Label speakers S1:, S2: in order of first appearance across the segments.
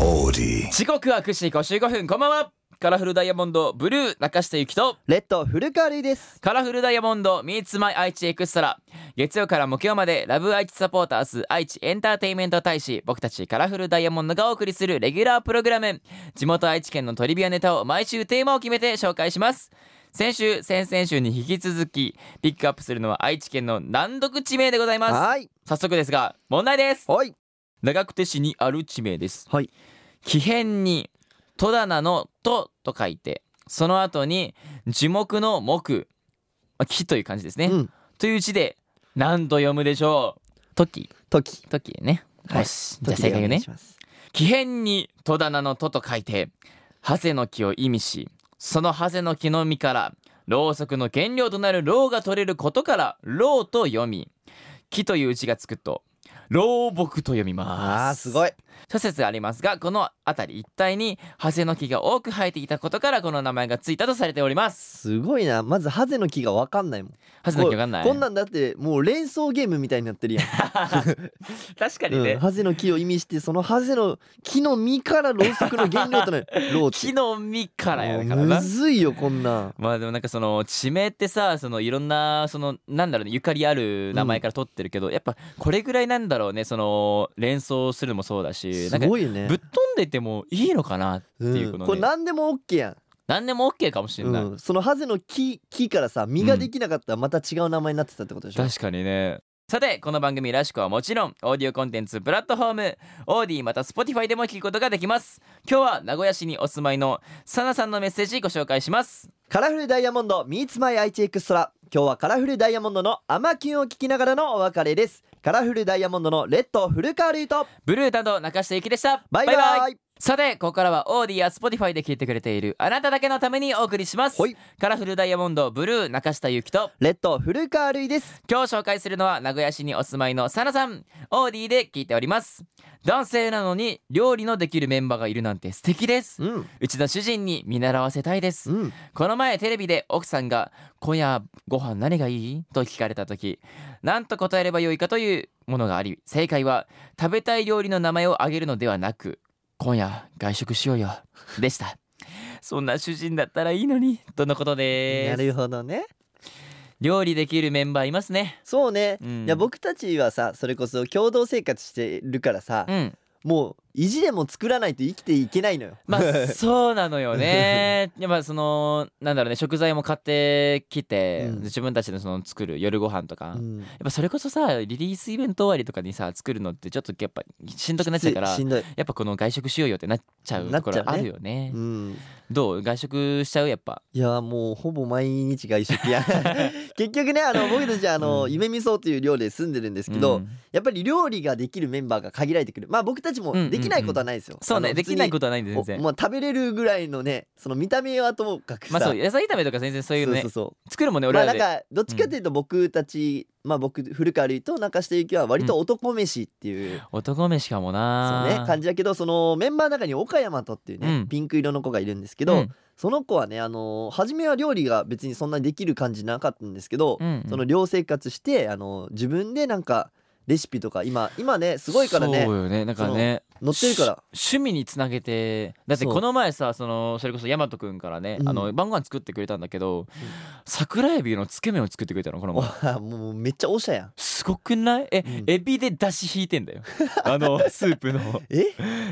S1: オーディ
S2: 時刻は9時55分こんばんはカラフルダイヤモンドブルー中下ゆきと
S3: レッドフルカーリーです。
S2: カラフルダイヤモンド Meets My 愛知エクストラ月曜から木曜までラブ愛知サポーターズ愛知エンターテインメント大使僕たちカラフルダイヤモンドがお送りするレギュラープログラム地元愛知県のトリビアネタを毎週テーマを決めて紹介します先週先々週に引き続きピックアップするのは愛知県の難読地名でございま
S3: はい。
S2: す早速ですが問題です
S3: はい。
S2: 長久手市にある地名です
S3: はい。
S2: 木偏に戸棚の「と」と書いてその後に樹木の「木」まあ木という漢字ですね、
S3: うん。
S2: という字で何と読むでしょう「とき」
S3: 時。
S2: 「とき」ね、
S3: はい
S2: よしじゃあ正解言うね
S3: 時でお願いします
S2: 木偏に戸棚の「と」と書いてハゼの木を意味しそのハゼの木の実からろうそくの原料となるろうが取れることから「ろう」と読み木という字がつくと「老木」と読みます
S3: あーすごい。
S2: 諸説ありますがこの辺り一帯にハゼの木が多く生えていたことからこの名前がついたとされております
S3: すごいな。まずハゼの木がわかんないもん。
S2: ハゼの木わかんない
S3: こんなんだってもう連想ゲームみたいになっ てるやん。
S2: 確かに
S3: うん、
S2: ね、
S3: ハゼの木を意味してそのハゼの木の実からろうそくの原料と なるろうって
S2: 木の実からやから
S3: もう
S2: な
S3: むずいよこんなん
S2: まあでもなんかその地名ってさそのいろんなそのなんだろうねゆかりある名前から取ってるけど、やっぱこれぐらいなんだろうねその連想するのもそうだし
S3: す
S2: なんかぶ
S3: ごいよね
S2: っ飛んでてもいいのかなっていうこ
S3: う
S2: の、
S3: ん
S2: ね
S3: これ何でも OK やん
S2: 何でも OK かもしれない、
S3: うん、そのハゼの木木からさ実ができなかったらまた違う名前になってたってことでしょ、
S2: 確かにねさてこの番組らしくはもちろんオーディオコンテンツプラットフォームオーディまた Spotify でも聞くことができます今日は名古屋市にお住まいのサナさんのメッセージご紹介します
S3: カラフルダイヤモンド Meets My IT エクストラ今日はカラフルダイヤモンドのアマキュンを聞きながらのお別れですカラフルダイヤモンドのレッドフルカールイと
S2: ブルー担当中下ゆきでした
S3: バイバイ
S2: さてここからはオーディや Spotify で聞いてくれているあなただけのためにお送りします
S3: はい
S2: カラフルダイヤモンドブルー中下ゆきと
S3: レッドフルカールイです
S2: 今日紹介するのは名古屋市にお住まいのサナさんオーディで聞いております男性なのに料理のできるメンバーがいるなんて素敵です
S3: うん
S2: うちの主人に見習わせたいです
S3: うん
S2: この前テレビで奥さんが「今夜ご飯何がいい?」と聞かれた時何と答えればよいかというものがあり正解は食べたい料理の名前を挙げるのではなく「今夜外食しようよ」でしたそんな主人だったらいいのにとのこと
S3: な
S2: で
S3: る
S2: す
S3: ほどね
S2: 料理できるメンバーいますね
S3: そうね、
S2: うん
S3: いや僕たちはさそれこそ共同生活してるからさ、
S2: うん
S3: もう意地でも作らないと生きていけないのよ
S2: まあそうなのよねやっぱそのなんだろうね食材も買ってきて、
S3: うん
S2: 自分たちのその作る夜ご飯とか、
S3: うん
S2: やっぱそれこそさリリースイベント終わりとかにさ作るのってちょっとやっぱしんどくなっちゃうから
S3: しんどい、
S2: やっぱこの外食しようよってなっちゃう
S3: な
S2: と
S3: っち
S2: ころ
S3: ゃうね
S2: あるよね
S3: うん、
S2: どう外食しちゃうやっぱ
S3: いやもうほぼ毎日外食や 結局ねあの僕たちあの、
S2: うん
S3: 夢見そうという寮で住んでるんですけ
S2: う
S3: ど、
S2: ん
S3: やっぱり料理ができるメンバーが限られてくるまあ僕たちも
S2: うんうんうん
S3: できないことはないですよ、
S2: そう
S3: あ
S2: ね
S3: の
S2: できない
S3: 普
S2: ことはないん
S3: 通
S2: で
S3: に
S2: 全然
S3: おまあ食べれるぐらいのねその見た目はともかくさ、
S2: まあそう野菜炒めとか全然そういうのね
S3: そうそ
S2: 作るもんね
S3: う
S2: 俺
S3: まあ
S2: ら
S3: なん
S2: で、
S3: かどっちかというと僕たち、まあ僕古川瑠衣と中下ゆきは割と男飯っていう、
S2: 男飯かもな
S3: そうね感じだけどそのメンバーの中に岡山とっていうね、
S2: うん
S3: ピンク色の子がいるんですけど、
S2: うん
S3: その子はねあの初めは料理が別にそんなにできる感じなかったんですけど、
S2: うんうん
S3: その寮生活してあの自分でなんかレシピとか今今ねすごいからね
S2: そうよねなんかね
S3: 載ってるから
S2: し趣味につなげてだって
S3: そう
S2: この前さそのそれこそ大和くんからね、
S3: うん
S2: あの晩ご飯作ってくれたんだけど、桜エビのつけ麺を作ってくれたのこの前
S3: わあ もうめっちゃおしゃやん
S2: すごくないえ、
S3: うん
S2: エビで出汁引いて んだよあのスープの
S3: え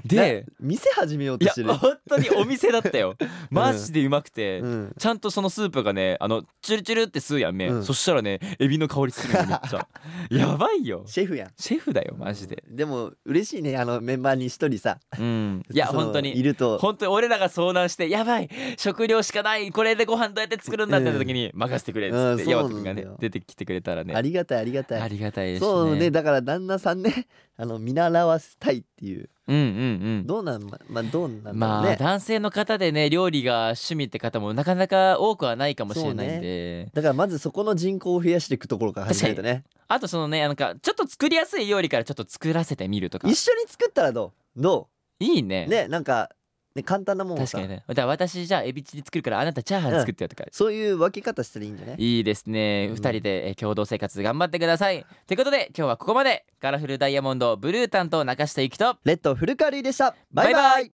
S2: で
S3: な店始めよう
S2: い
S3: と
S2: や
S3: してる
S2: 本当にお店だったよマジでうまくて、
S3: うん
S2: ちゃんとそのスープがねあのチュルチュルって吸うやん麺、
S3: うん
S2: そしたらねエビの香りするのめっ ちゃやばいよ
S3: シェフやん
S2: シェフだよマジで
S3: でも嬉しいねあのメンバーに一人さ
S2: うんいや
S3: その
S2: 本当
S3: い
S2: に
S3: ると
S2: 本当に俺らが遭難してやばい食料しかないこれでご飯どうやって作るんだってなった時に任せてくれっつ
S3: う
S2: っ
S3: ん
S2: て
S3: そう
S2: ヤ
S3: な
S2: マ
S3: ん
S2: ト
S3: だよ
S2: 君がね出てきてくれたらね
S3: ありがたいありがたい
S2: ありがたいですね
S3: そうねだから旦那さんね あの見習わせたいっていう
S2: うんうんうん
S3: どうなんままあどうなんだろ
S2: ま
S3: う
S2: あ、
S3: ね、
S2: 男性の方でね料理が趣味って方もなかなか多くはないかもしれないんで、
S3: だからまずそこの人口を増やしていくところから始めるとね
S2: あとそのねなんかちょっと作りやすい料理からちょっと作らせてみるとか
S3: 一緒に作ったらどうど
S2: いいね
S3: うねなんかね簡単なもんを
S2: 確
S3: さ
S2: かにねだから私じゃあエビチリ作るからあなたチャーハン作ってよとか、
S3: そういう分け方したらいいんじゃない
S2: いいですね
S3: うん
S2: 2人でえー共同生活頑張ってくださいということで今日はここまでカラフルダイヤモンドブルータンと中下ゆきと
S3: レッドフルカーリーでしたバイバイ
S2: バイバイ